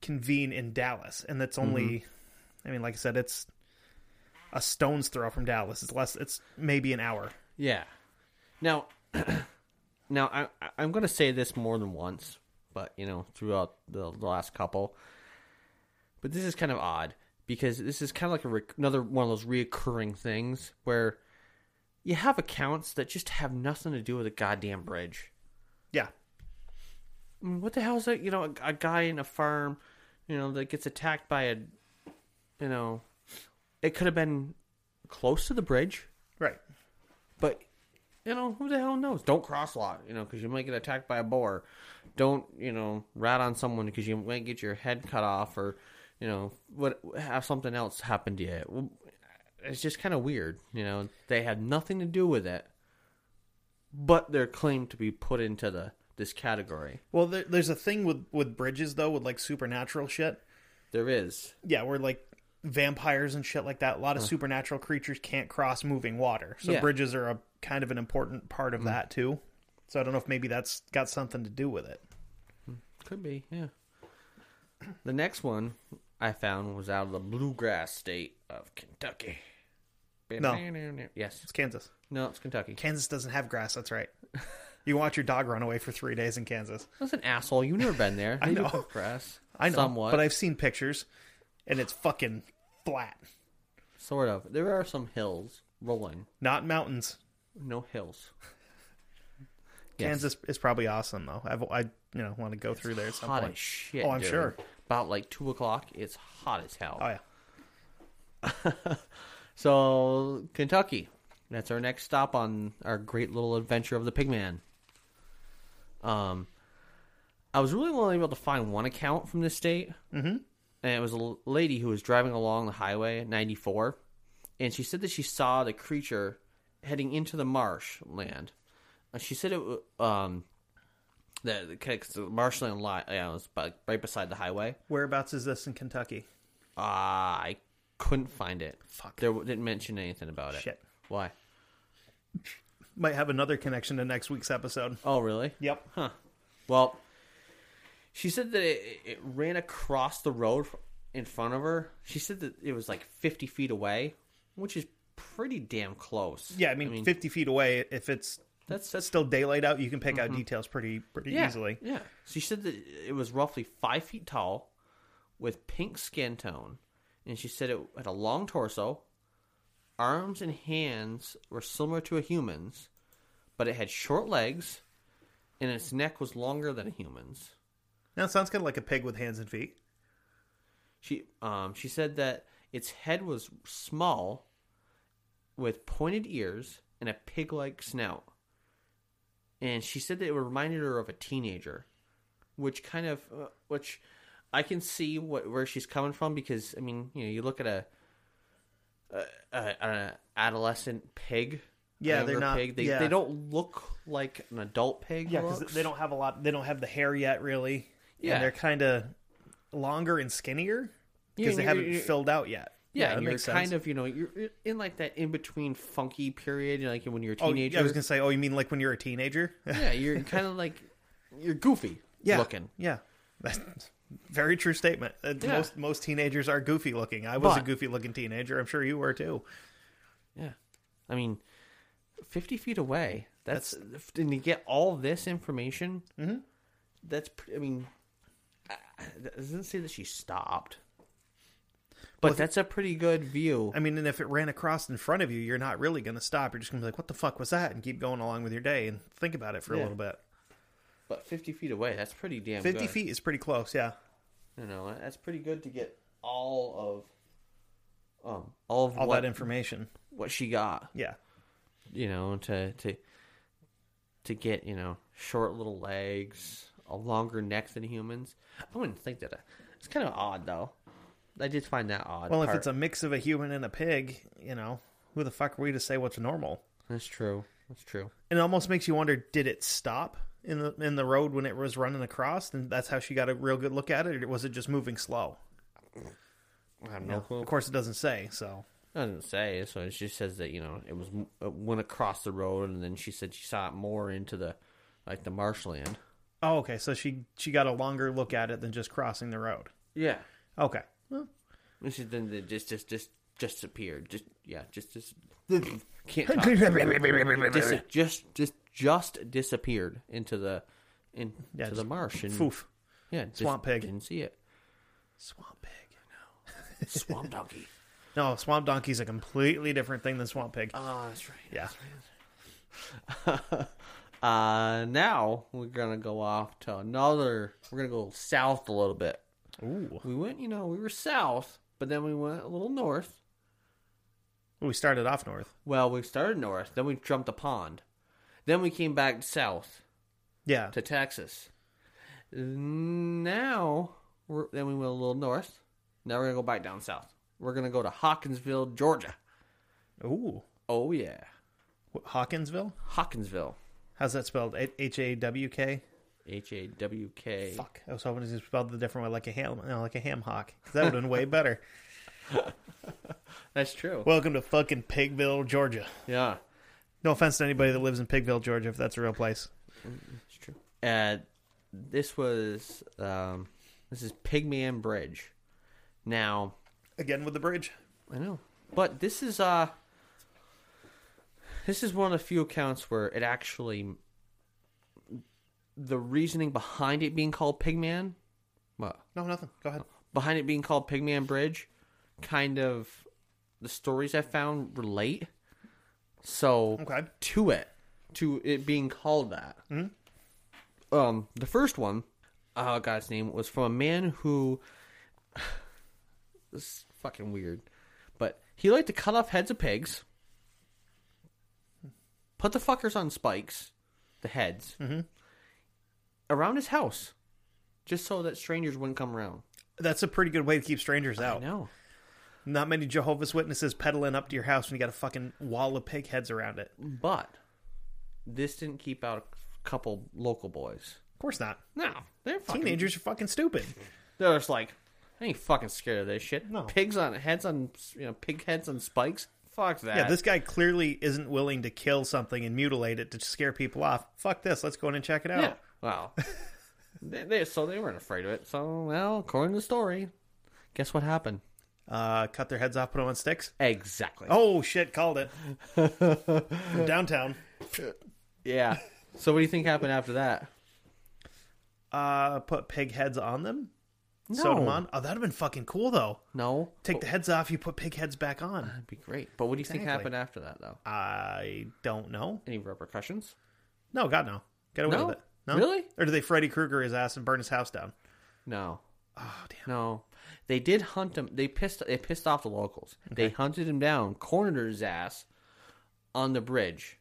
convene in Dallas. And that's only, I mean, like I said, it's a stone's throw from Dallas. It's less, it's maybe an hour. Yeah. Now, now I, I- I'm going to say this more than once, but you know, throughout the, the last couple. But this is kind of odd because this is kind of like a rec- another one of those reoccurring things where you have accounts that just have nothing to do with a goddamn bridge. Yeah. I mean, what the hell is that? You know, a, a guy in a farm, you know, that gets attacked by a, you know, it could have been close to the bridge. Right. But you know, who the hell knows? Don't cross lot, you know, because you might get attacked by a boar. Don't you know, rat on someone because you might get your head cut off or you know, what have something else happen to you. Well, It's just kind of weird, you know. They had nothing to do with it, but they're claimed to be put into the this category. Well, there, there's a thing with with bridges though, with like supernatural shit. There is, Yeah, where like vampires and shit like that. A lot of supernatural creatures can't cross moving water, so Yeah. Hmm. bridges are a kind of an important part of that too. So I don't know if maybe that's got something to do with it. could be, yeah. The next one I found was out of the bluegrass state of Kentucky. No. Yes. It's Kansas. No, it's Kentucky. Kansas doesn't have grass. That's right. You watch your dog run away for three days in Kansas. That's an asshole. You've never been there. I They do know. have Grass. I know, Somewhat. but I've seen pictures, and it's fucking flat. Sort of. There are some hills rolling. Not mountains. No hills. Kansas is probably awesome though. I've, I you know want to go through there at some hot point. as shit. Oh, I'm dude. sure. About like two o'clock, it's hot as hell. Oh yeah, So Kentucky, that's our next stop on our great little adventure of the Pigman. Um, I was really only able to find one account from this state, mm-hmm. and it was a l- lady who was driving along the highway 94, and she said that she saw the creature heading into the marsh land. And she said it w- um that the, 'cause the marshland lot yeah, it was by, right beside the highway. whereabouts is this in Kentucky? Ah, I couldn't find it. Fuck. There w- didn't mention anything about it. Shit. Why? Might have another connection to next week's episode. Oh, really? Yep. Well, she said that it, it ran across the road in front of her. She said that it was like 50 feet away, which is pretty damn close. Yeah, I mean, fifty feet away. If it's that's that's still daylight out, you can pick out details pretty pretty yeah, easily. Yeah. She said that it was roughly five feet tall, with pink skin tone, and she said it had a long torso. Arms and hands were similar to a human's, but it had short legs, and its neck was longer than a human's. Now it sounds kind of like a pig with hands and feet. She um she said that its head was small, with pointed ears and a pig-like snout. And she said that it reminded her of a teenager, which kind of uh, which I can see what where she's coming from because I mean you know you look at a a, a, a adolescent pig. a Yeah, they're younger not- Pig. They, yeah. they don't look like an adult pig. Yeah, because looks. they don't have a lot. They don't have the hair yet, really. Yeah. and they're kind of longer and skinnier Yeah, because and they you're- haven't you're- filled out yet. Yeah, that and you're makes sense. kind of you know you're in like that in between funky period, you know, like when you're a Oh, teenager. yeah, I was gonna say. Oh, you mean like when you're a teenager? Yeah, you're kind of like you're goofy yeah, looking. Yeah, that's very true statement. Uh, Yeah. Most most teenagers are goofy looking. I was a But- goofy looking teenager. I'm sure you were too. Yeah, I mean, fifty feet away. That's, and to get all this information. Mm-hmm. That's pre- I mean, I- I- it doesn't say that she stopped, but that's a pretty good view. I mean, and if it ran across in front of you, you're not really gonna stop. You're just gonna be like, "What the fuck was that?" and keep going along with your day and think about it for a Yeah. little bit. But fifty feet away, that's pretty damn. Fifty good. feet is pretty close. Yeah. You know, that's pretty good to get all of, um, all of all what that information. what she got. Yeah. you know, to to to get you know short little legs, a longer neck than humans. I wouldn't think that. uh, It's kind of odd though. I did find that odd. Well, if it's a mix of a human and a pig, you know, who the fuck are we to say what's normal? that's true. That's true. It almost makes you wonder: Did it stop in the in the road when it was running across, and that's how she got a real good look at it, or was it just moving slow? I have no Of clue. course, it doesn't say. So It doesn't say. So it just says that you know it was it went across the road, and then she said she saw it more into the like the marshland. Oh, okay. So she she got a longer look at it than just crossing the road. Yeah. Okay. Well, And she then it just just just disappeared. Just yeah. Just just can't talk. Dis- just just just disappeared into the into Yeah, the just marsh and Foof. yeah just swamp pig. didn't see it Swamp pig. swamp donkey No, swamp donkey's a completely different thing than swamp pig. ah that's right Yeah. uh now we're gonna go off to another we're gonna go south a little bit Ooh. we went you know we were south but then we went a little north We started off north. well we started north then we jumped a pond then we came back south Yeah. to Texas. Now, we're, then we went a little north. Now we're gonna go back down south. We're gonna go to Hawkinsville, Georgia. Ooh. Oh yeah, What, Hawkinsville. Hawkinsville. How's that spelled? H a w k. H a w k. Fuck. I was hoping it was spelled a different way, like a ham, no, like a ham hock. 'Cause That would have been way better. That's true. Welcome to fucking Pigville, Georgia. yeah, No offense to anybody that lives in Pigville, Georgia, if that's a real place. it's true. Uh, this was um, this is Pigman Bridge. Now, Again with the bridge. I know. But this is uh this is one of the few accounts where it actually the reasoning behind it being called Pigman, well, No, nothing. Go ahead. behind it being called Pigman Bridge, kind of the stories I found relate. So Okay. to it, to it being called that. Um, the first one, uh, guy's name was from a man who. this is fucking weird, but he liked to cut off heads of pigs, put the fuckers on spikes, the heads, around his house, just so that strangers wouldn't come around. That's a pretty good way to keep strangers I out. know. Not many Jehovah's Witnesses peddling up to your house when you got a fucking wall of pig heads around it. Of But this didn't keep out a couple local boys. course not. No, they're fucking Teenagers are fucking stupid. They're just like, I ain't fucking scared of this shit. No. Pigs on heads on you know pig heads on spikes. Fuck that. Yeah, this guy clearly isn't willing to kill something and mutilate it to scare people off. Fuck this. Let's go in and check it out. Yeah. Wow. Oh, they, they- so they weren't afraid of it. So well, according to the story, guess what happened? Uh, cut their heads off, put them on sticks. Exactly. Oh shit! Called it. From downtown. Yeah. so what do you think happened after that? Uh, put pig heads on them. Sewed them on. Oh, that'd have been fucking cool though. No. Take the heads off. You put pig heads back on. That'd be great. But what do you think Exactly. happened after that though? I don't know. Any repercussions? No, God no. Get away No? with it. No, Really? Or do they Freddy Krueger his ass and burn his house down? No. Oh damn. No. They did hunt him. They pissed. They pissed off the locals. They hunted him down, cornered his ass on the bridge,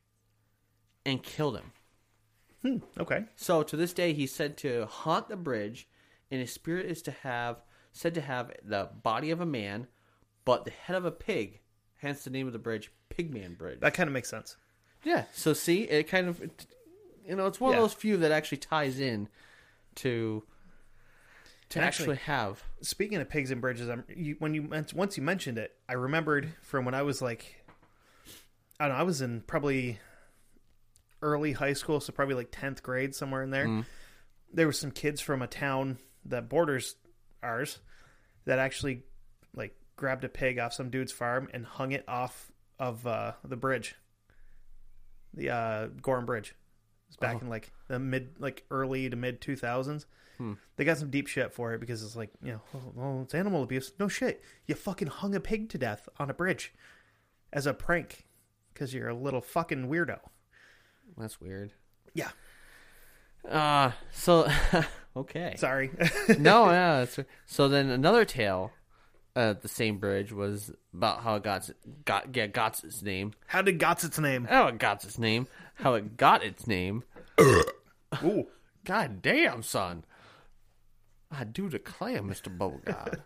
and killed him. Okay. So to this day, he's said to haunt the bridge, and his spirit is to have said to have the body of a man, but the head of a pig. Hence the name of the bridge, Pigman Bridge. That kind of makes sense. yeah. So see, it kind of, it, you know, it's one Yeah. of those few that actually ties in to to And actually, actually- have. Speaking of pigs and bridges, I'm, you, when you men- once you mentioned it, I remembered from when I was like, I don't know, I was in probably early high school, so probably like tenth grade somewhere in there. There were some kids from a town that borders ours that actually like grabbed a pig off some dude's farm and hung it off of uh, the bridge, the uh, Gorham Bridge. It was back Uh-huh. in like the mid, like early to mid two thousands Hmm. they got some deep shit for it because it's like, you know, oh, oh, it's animal abuse. No shit. You fucking hung a pig to death on a bridge as a prank because you're a little fucking weirdo. That's weird. Yeah. Uh so okay. Sorry. no, no. That's, so then another tale uh, at the same bridge was about how it got got yeah, got its name. How did Gotz its name? How it got its name. How it got its name. Ooh. God damn, son. I do declare, Mister Bogard.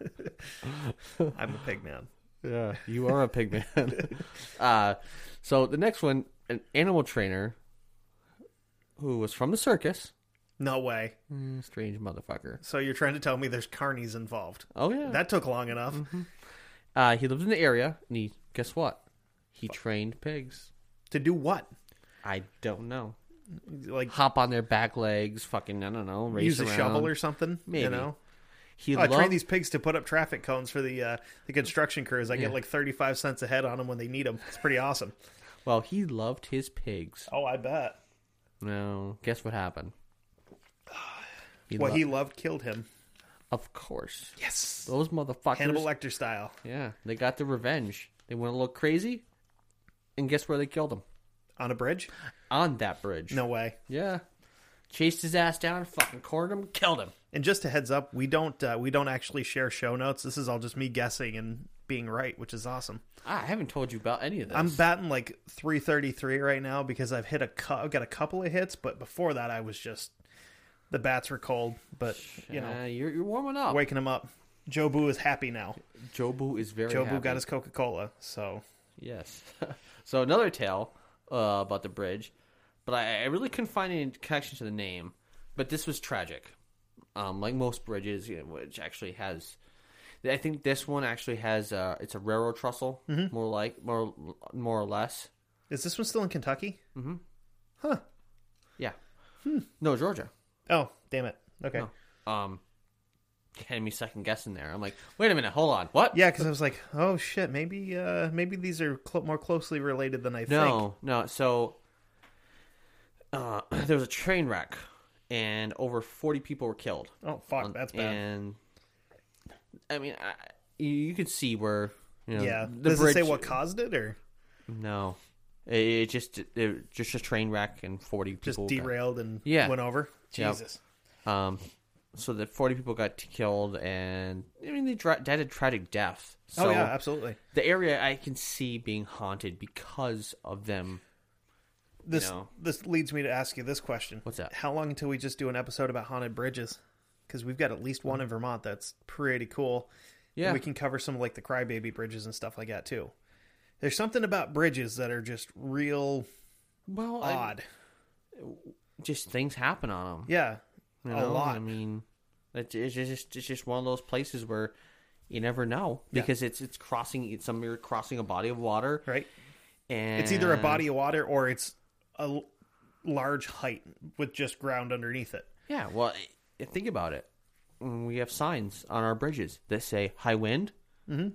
I'm a pig man. yeah, you are a pig man. uh, so the next one, an animal trainer who was from the circus. No way. Mm, Strange motherfucker. So you're trying to tell me there's carnies involved. Oh yeah. That took long enough. Uh, he lived in the area, and he guess what? He trained pigs. To do what? I don't know. Like Hop on their back legs, fucking I don't know. Race use a around. shovel or something? Maybe. You know? He Oh, I train loved- these pigs to put up traffic cones for the uh, the construction crews. I Yeah. get like 35 cents a head on them when they need them. It's pretty awesome. Well, he loved his pigs. Oh, I bet. No, guess what happened? He What lo- he loved killed him. of course, Yes. those motherfuckers. Hannibal Lecter style. yeah, they got the revenge. They went a little crazy, and guess where they killed him? On a bridge? On that bridge. No way. Yeah, chased his ass down, fucking cornered him, killed him. And just a heads up, we don't uh, we don't actually share show notes. This is all just me guessing and being right, which is awesome. Ah, I haven't told you about any of this. I'm batting like 333 right now because I've hit a cu- I've got a couple of hits, but before that I was just the bats were cold, but you know, Uh, you're, you're warming up. waking him up. Jobu is happy now. Jobu is very Jobu happy. got his Coca-Cola, so Yes. so another tale uh, about the bridge, but I, I really couldn't find any connection to the name. But this was tragic, um, like most bridges, you know, which actually has. I think this one actually has. Uh, it's a railroad trestle, Mm-hmm. more like more more or less. is this one still in Kentucky? Yeah. Hmm. No, Georgia. Oh, damn it. Okay. No. Um, had me second guessing there. I'm like, wait a minute, hold on, what? Yeah, because I was like, oh shit, maybe uh maybe these are cl- more closely related than I think. No, no. So uh, there was a train wreck, and over 40 people were killed. Um, Oh fuck, that's bad. And I mean, I, you, you could see where you know, yeah. the Does bridge. it say what caused it or No, it, it just it, just a train wreck and 40 just people. got- derailed and Yeah. went over? Yep. Jesus. um, so that 40 people got t- killed, and I mean they dra- died a tragic death. So oh yeah, absolutely. the area I can see being haunted because of them. This know. this leads me to ask you this question. What's that? How long until we just do an episode about haunted bridges? Because we've got at least one in Vermont that's pretty cool. And Yeah. we can cover some of like the crybaby bridges and stuff like that too. There's something about bridges that are just real Well, I- odd. just things happen on them. yeah, You a know, lot. I mean, it, it's just it's just one of those places where you never know because it's it's crossing it's some you're crossing a body of water right? and It's either a body of water or it's a l- large height with just ground underneath it. Yeah, well, I- I- think about it. Mm, We have signs on our bridges that say high wind. Mm-hmm.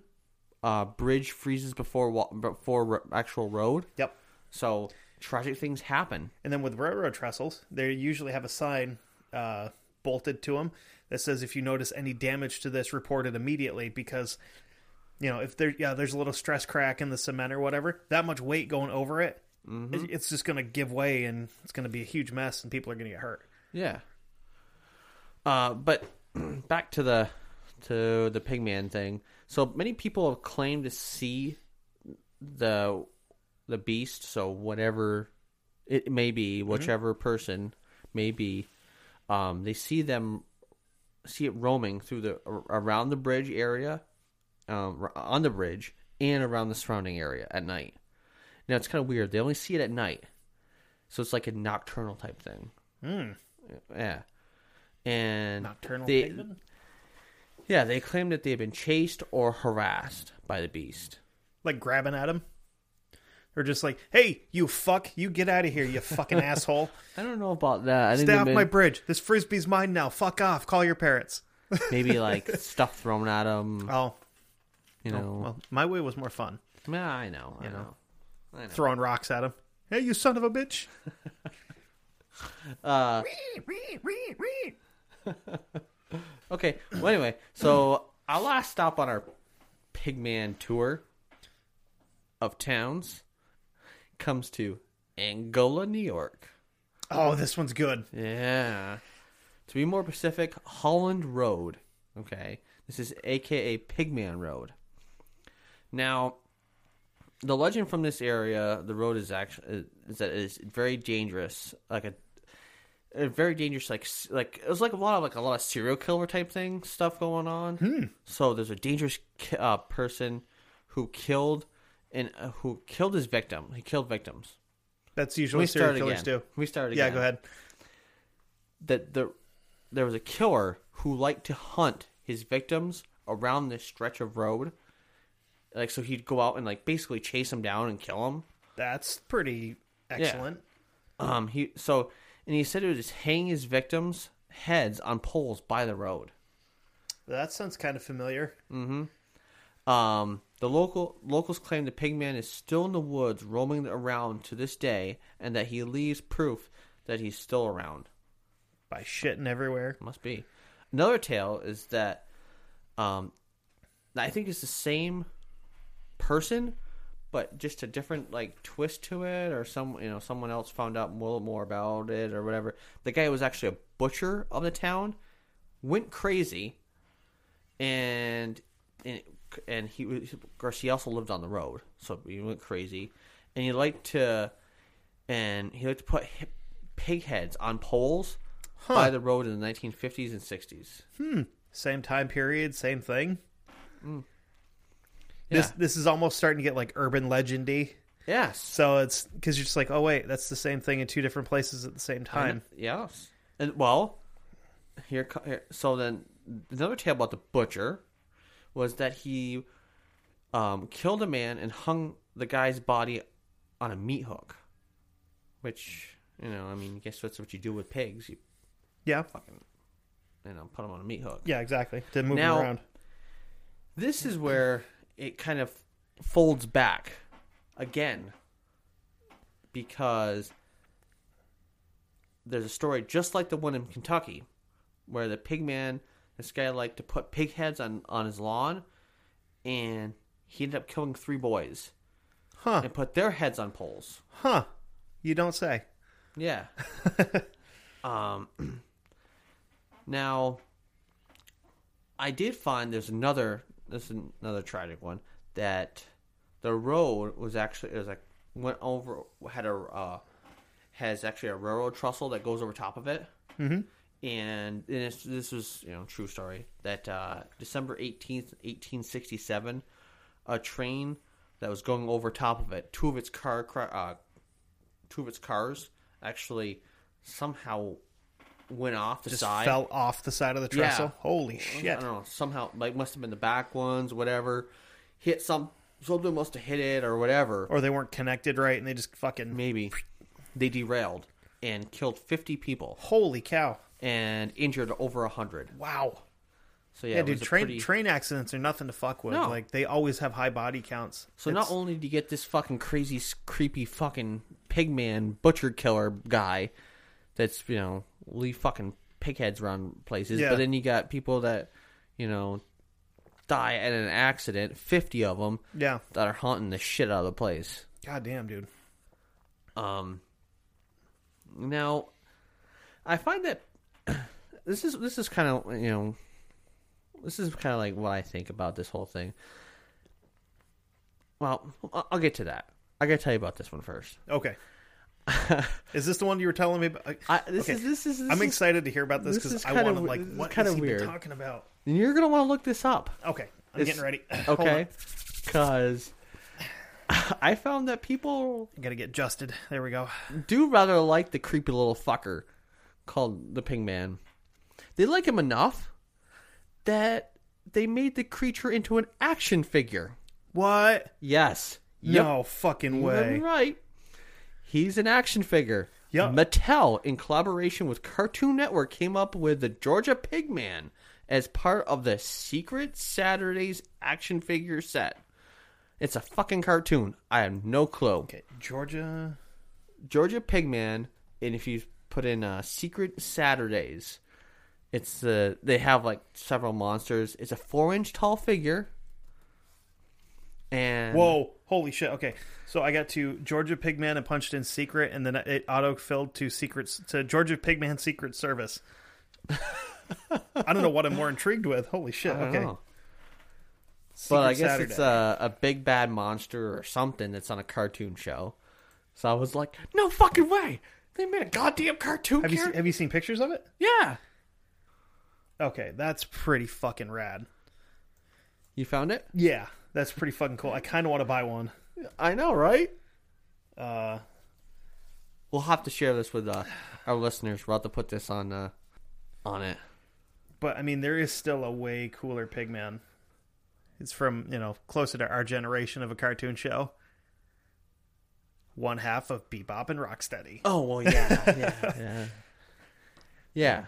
Uh, bridge freezes before wa- before ro- actual road. Yep. So tragic things happen. And then with railroad trestles, they usually have a sign uh, bolted to them that says, "If you notice any damage to this, report it immediately." Because, you know, if there, yeah, there's a little stress crack in the cement or whatever, that much weight going over it, it- it's just going to give way and it's going to be a huge mess, and people are going to get hurt. Yeah. Uh, but back to the to the pigman thing. So many people have claimed to see the the beast. So whatever it may be, Mm-hmm. whichever person may be, um, they see them see it roaming through the ar- around the bridge area, um, r- on the bridge and around the surrounding area at night. Now it's kind of weird. They only see it at night, so it's like a nocturnal type thing. Yeah. And Hmm. Nocturnal they, pigmen? Yeah, they claim that they have been chased or harassed by the beast. like grabbing at them, or just like, "Hey, you fuck, you get out of here, you fucking asshole! I don't know about that. I think Stay they've off been my bridge. This frisbee's mine now. Fuck off. Call your parents." maybe like stuff thrown at them. Oh, You know, well, my way was more fun. yeah, I know, I know. throwing rocks at him. Hey, you son of a bitch! Uh, okay. Well, anyway, so our last stop on our Pigman tour of towns comes to Angola, New York. Oh, this one's good. Yeah. To be more specific, Holland Road. Okay. This is AKA Pigman Road. Now, the legend from this area, the road is actually is that it's very dangerous, like a, a very dangerous, like s- like it was like a lot of like a lot of serial killer type thing stuff going on. So there's a dangerous ki- uh, person who killed and uh, who killed his victim. He killed victims. That's usually we serial started killers again. do. We started. Yeah, again go ahead. that the, there was a killer who liked to hunt his victims around this stretch of road. Like, so he'd go out and, like, basically chase them down and kill them. That's pretty excellent. Um, he, so, and he said he would just hang his victims' heads on poles by the road. That sounds kind of familiar. Um, the local locals claim the pigman is still in the woods, roaming around to this day, and that he leaves proof that he's still around. By shitting everywhere. Must be. Another tale is that um I think it's the same person, but just a different like twist to it or some you know, someone else found out more more about it or whatever. The guy was actually a butcher of the town, went crazy and and, and he was Garcia also lived on the road, so he went crazy. And he liked to and he liked to put hi- pig heads on poles by the road in the 1950s and 60s. Same time period, same thing. Mm. Yeah. This this is almost starting to get like urban legendy. yes. So it's because you're just like, oh wait, that's the same thing in two different places at the same time. Yes. And well, here, co- here so then another tale about the butcher was that he um, killed a man and hung the guy's body on a meat hook, which you know, I mean, I guess that's what you do with pigs. You Yeah, fucking and I'll put them on a meat hook. Yeah, exactly. To move 'em Now- around. This is where it kind of folds back again because there's a story just like the one in Kentucky where the pig man, this guy liked to put pig heads on, on his lawn and he ended up killing three boys Huh. and put their heads on poles. Huh. You don't say. Yeah. um, now, I did find there's another this is another tragic one that the road was actually it was like went over had a uh, has actually a railroad trestle that goes over top of it. Mm-hmm. And, and it's, this was you know true story that uh, December eighteenth, eighteen sixty seven, a train that was going over top of it, two of its car cra- uh, two of its cars actually somehow went off the Just side. fell off the side of the trestle. Holy I shit. don't know. Somehow, like, must have been the back ones, whatever. Hit some. Something must have hit it or whatever. Or they weren't connected right and they just fucking. Maybe they derailed and killed 50 people Holy cow. and injured over 100. Wow. So, yeah, Yeah, it dude, was a train pretty- train accidents are nothing to fuck with. No. Like they always have high body counts. So, It's- not only do you get this fucking crazy, s- creepy fucking pigman butcher killer guy that's, you know, leave fucking pig heads around places, Yeah. but then you got people that, you know, die in an accident, 50 of them, yeah, that are haunting the shit out of the place. goddamn, dude. Um, now, I find that this is this is kind of you know this is kind of like what I think about this whole thing. Well, I- I'll get to that. I gotta tell you about this one first. Okay, is this the one you were telling me? about? Like, I, this Okay. is this is. This I'm is- excited to hear about this this because is I kinda want to w- like this is what kinda has he been weird. talking about? You're gonna want to look this up, Okay, I'm It's- getting ready. Hold on. okay? Because I found that people I gotta get adjusted. There we go. do rather like the creepy little fucker called the Ping Man. They like him enough that they made the creature into an action figure. What? Yes. No fucking You heard me way. right. He's an action figure. Yep. Mattel, in collaboration with Cartoon Network, came up with the Georgia Pigman as part of the Secret Saturdays action figure set. It's a fucking cartoon. I have no clue. Okay, Georgia. Georgia Pigman, and if you put in uh, Secret Saturdays, it's the they have like several monsters. It's a four inch tall figure, and Whoa! Holy shit! Okay, so I got to Georgia Pigman and punched in secret, and then it auto filled to secrets to Georgia Pigman Secret Service. I don't know what I'm more intrigued with. Holy shit! I don't Okay, know. but I Secret guess Saturday. it's uh, a, a big bad monster or something that's on a cartoon show. So I was like, no fucking way! They made a goddamn cartoon have you se- character. have you seen pictures of it? yeah, Okay, that's pretty fucking rad. you found it. Yeah, that's pretty fucking cool. I kind of want to buy one. I know, right? Uh, We'll have to share this with uh, our listeners. We'll have to put this on uh, on it. but I mean, there is still a way cooler Pigman. It's from you know closer to our generation of a cartoon show. One half of Bebop and Rocksteady. Oh well, yeah, yeah, yeah, yeah.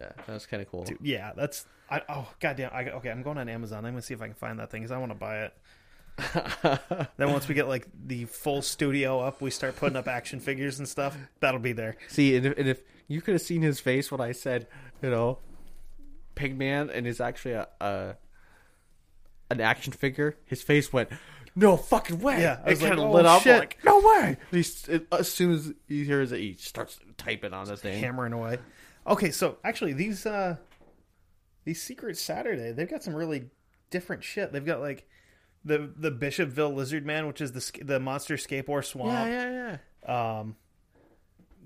Yeah, that was kind of cool. Yeah, that's I oh goddamn. I okay, I'm going on Amazon. I'm gonna see if I can find that thing because I want to buy it. then once we get like the full studio up, we start putting up action figures and stuff. That'll be there. See, and if, and if you could have seen his face when I said, you know, Pigman, and is actually a, a an action figure, his face went, no fucking way. Yeah, I it was like, kind of "Oh, lit up. shit." Like, no way. He, s- it- uh, as soon as he hears it, he starts typing on the thing. hammering away. Okay, so actually these uh these Secret Saturday, they've got some really different shit. They've got like the the Bishopville Lizard Man, which is the sk- the monster Yeah, skateboard swamp. yeah, yeah. Um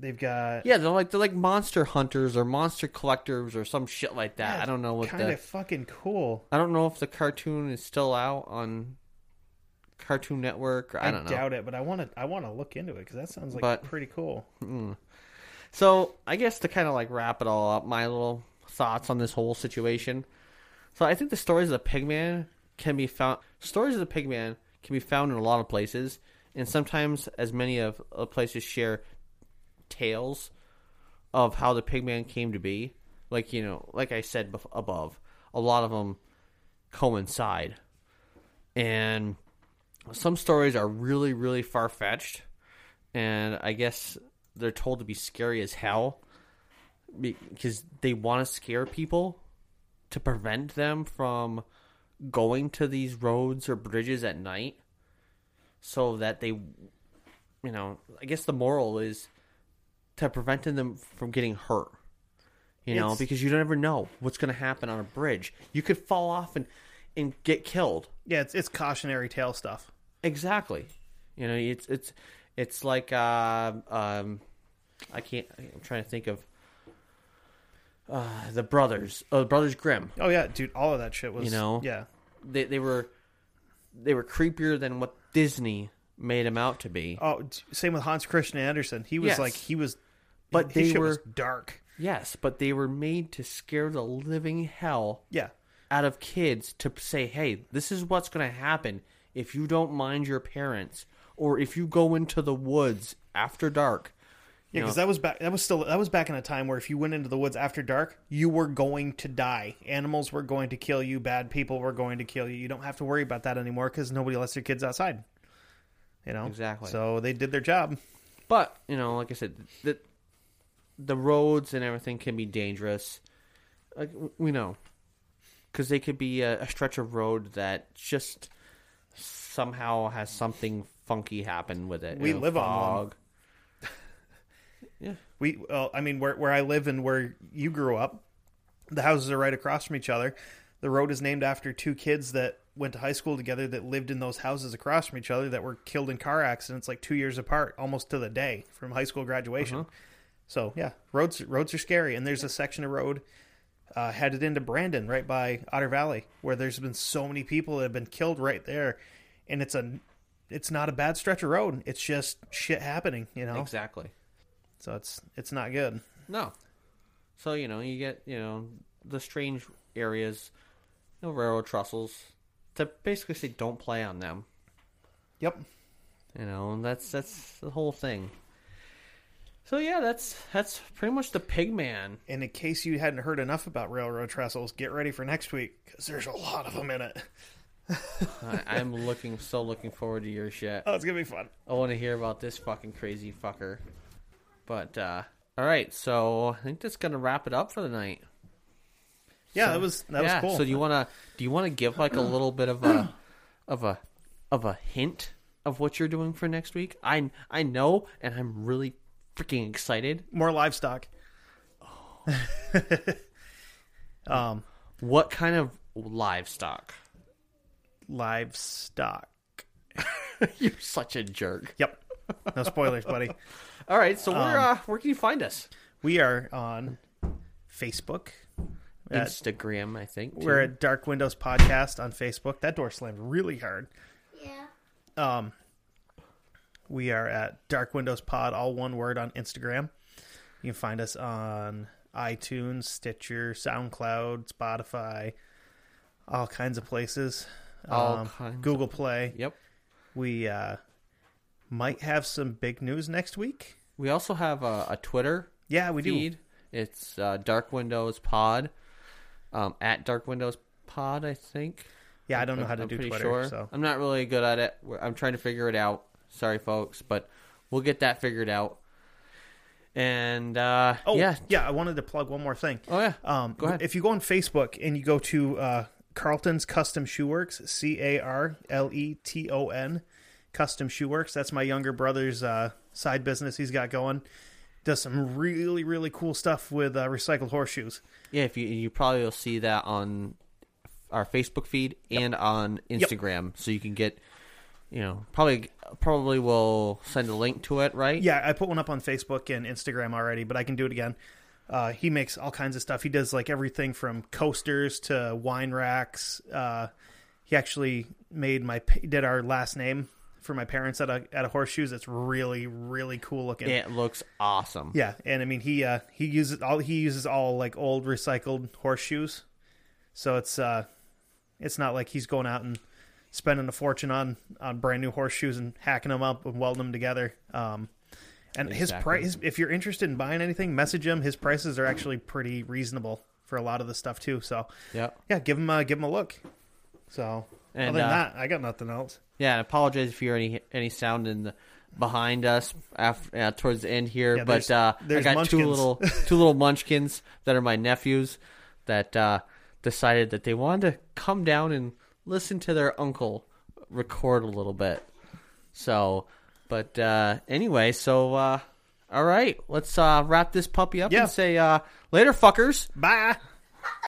they've got Yeah, they're like they're like monster hunters or monster collectors or some shit like that. I don't know what kind the of fucking cool. I don't know if the cartoon is still out on Cartoon Network. Or, I, don't know. doubt it, but I want to I want to look into it because that sounds like But- pretty cool. So I guess to kind of like wrap it all up, my little thoughts on this whole situation. So I think the stories of the Pigman can be found. Stories of the Pigman can be found in a lot of places, and sometimes as many of of places share tales of how the Pigman came to be. Like you know, like I said bef- above, a lot of them coincide, and some stories are really really far fetched, and I guess they're told to be scary as hell because they want to scare people to prevent them from going to these roads or bridges at night so that they you know i guess the moral is to prevent them from getting hurt you know It's- because you don't ever know what's going to happen on a bridge you could fall off and and get killed Yeah, it's it's cautionary tale stuff. Exactly. You know, it's it's it's like uh, um, I can't. I'm trying to think of uh, the brothers, uh, brothers Grimm. Oh yeah, dude, all of that shit was You know? Yeah. They they were they were creepier than what Disney made them out to be. Oh, d- same with Hans Christian Andersen. He was Yes. like he was, But his they shit was were- dark. Yes, but they were made to scare the living hell Yeah, out of kids to say, "Hey, this is what's going to happen if you don't mind your parents, or if you go into the woods after dark." yeah, because that was back. That was still that was back in a time where if you went into the woods after dark, you were going to die. Animals were going to kill you. Bad people were going to kill you. You don't have to worry about that anymore because nobody lets their kids outside. You know Exactly. So they did their job. But you know, like I said, the the roads and everything can be dangerous. Like w- we know, because they could be a, a stretch of road that just somehow has something funky happen with it. We live on one. Yeah, we well, i mean where, where i live and where you grew up the houses are right across from each other the road is named after two kids that went to high school together that lived in those houses across from each other that were killed in car accidents like two years apart almost to the day from high school graduation so yeah roads roads are scary and there's a section of road uh, headed into brandon right by otter valley where there's been so many people that have been killed right there and it's a it's not a bad stretch of road it's just shit happening you know exactly. so it's it's not good No, so you know, you get you know the strange areas, you know, railroad trestles. To basically say, don't play on them. Yep. You know, and that's that's the whole thing. So yeah, that's that's pretty much the pig man. And in case you hadn't heard enough about railroad trestles, get ready for next week because there's a lot of them in it. I, I'm looking so looking forward to your shit. Oh, it's gonna be fun. I want to hear about this fucking crazy fucker. But uh all right, so I think that's gonna wrap it up for the night. Yeah, that was that yeah. was cool. So do you wanna do you wanna give like a little bit of a of a of a hint of what you're doing for next week? I I know, and I'm really freaking excited. more livestock? um, What kind of livestock? livestock. You're such a jerk. Yep. No spoilers, buddy. All right, so where Um, uh, where can you find us? We are on Facebook. At, Instagram, I think. too. we're at Dark Windows Podcast on Facebook. That door slammed really hard. Yeah. Um, we are at Dark Windows Pod, all one word on Instagram. You can find us on iTunes, Stitcher, SoundCloud, Spotify, all kinds of places. Um, All kinds Google Play. Yep. We uh, might have some big news next week. We also have a, a Twitter Yeah, we feed. do. It's uh, Dark Windows Pod, um, at Dark Windows Pod, I think. Yeah, I don't know how to I'm do pretty Twitter, sure. so I'm not really good at it. We're- I'm trying to figure it out. Sorry, folks, but we'll get that figured out. And uh, oh yeah, yeah, yeah. I wanted to plug one more thing. oh yeah. Um, Go ahead. If you go on Facebook and you go to uh, Carlton's Custom Shoe Works, C A R L E T O N, Custom Shoe Works. That's my younger brother's uh, side business he's got going. Does some really really cool stuff with uh, recycled horseshoes. Yeah, if you you probably will see that on our Facebook feed and on Instagram, so you can get, you know, probably probably will send a link to it, right? Yeah, I put one up on Facebook and Instagram already, but I can do it again. Uh, he makes all kinds of stuff. He does like everything from coasters to wine racks. Uh, he actually made my pa- did our last name for my parents at a at a horseshoes. It's really really cool looking. it looks awesome. Yeah, and I mean he uh he uses all he uses all like old recycled horseshoes. So it's uh it's not like he's going out and spending a fortune on on brand new horseshoes and hacking them up and welding them together. Um And his Exactly. price, if you're interested in buying anything, message him. His prices are actually pretty reasonable for a lot of the stuff too. So Yeah. yeah, give him a, give him a look. So And, other than uh, that, I got nothing else. Yeah, and apologize if you hear any any sound in the, behind us after, uh, towards the end here, Yeah, but there's- uh, I there's got two munchkins. little two little munchkins that are my nephews that uh, decided that they wanted to come down and listen to their uncle record a little bit. So, but uh, anyway, so uh, all right, let's uh, wrap this puppy up Yeah. and say uh, later, fuckers. Bye.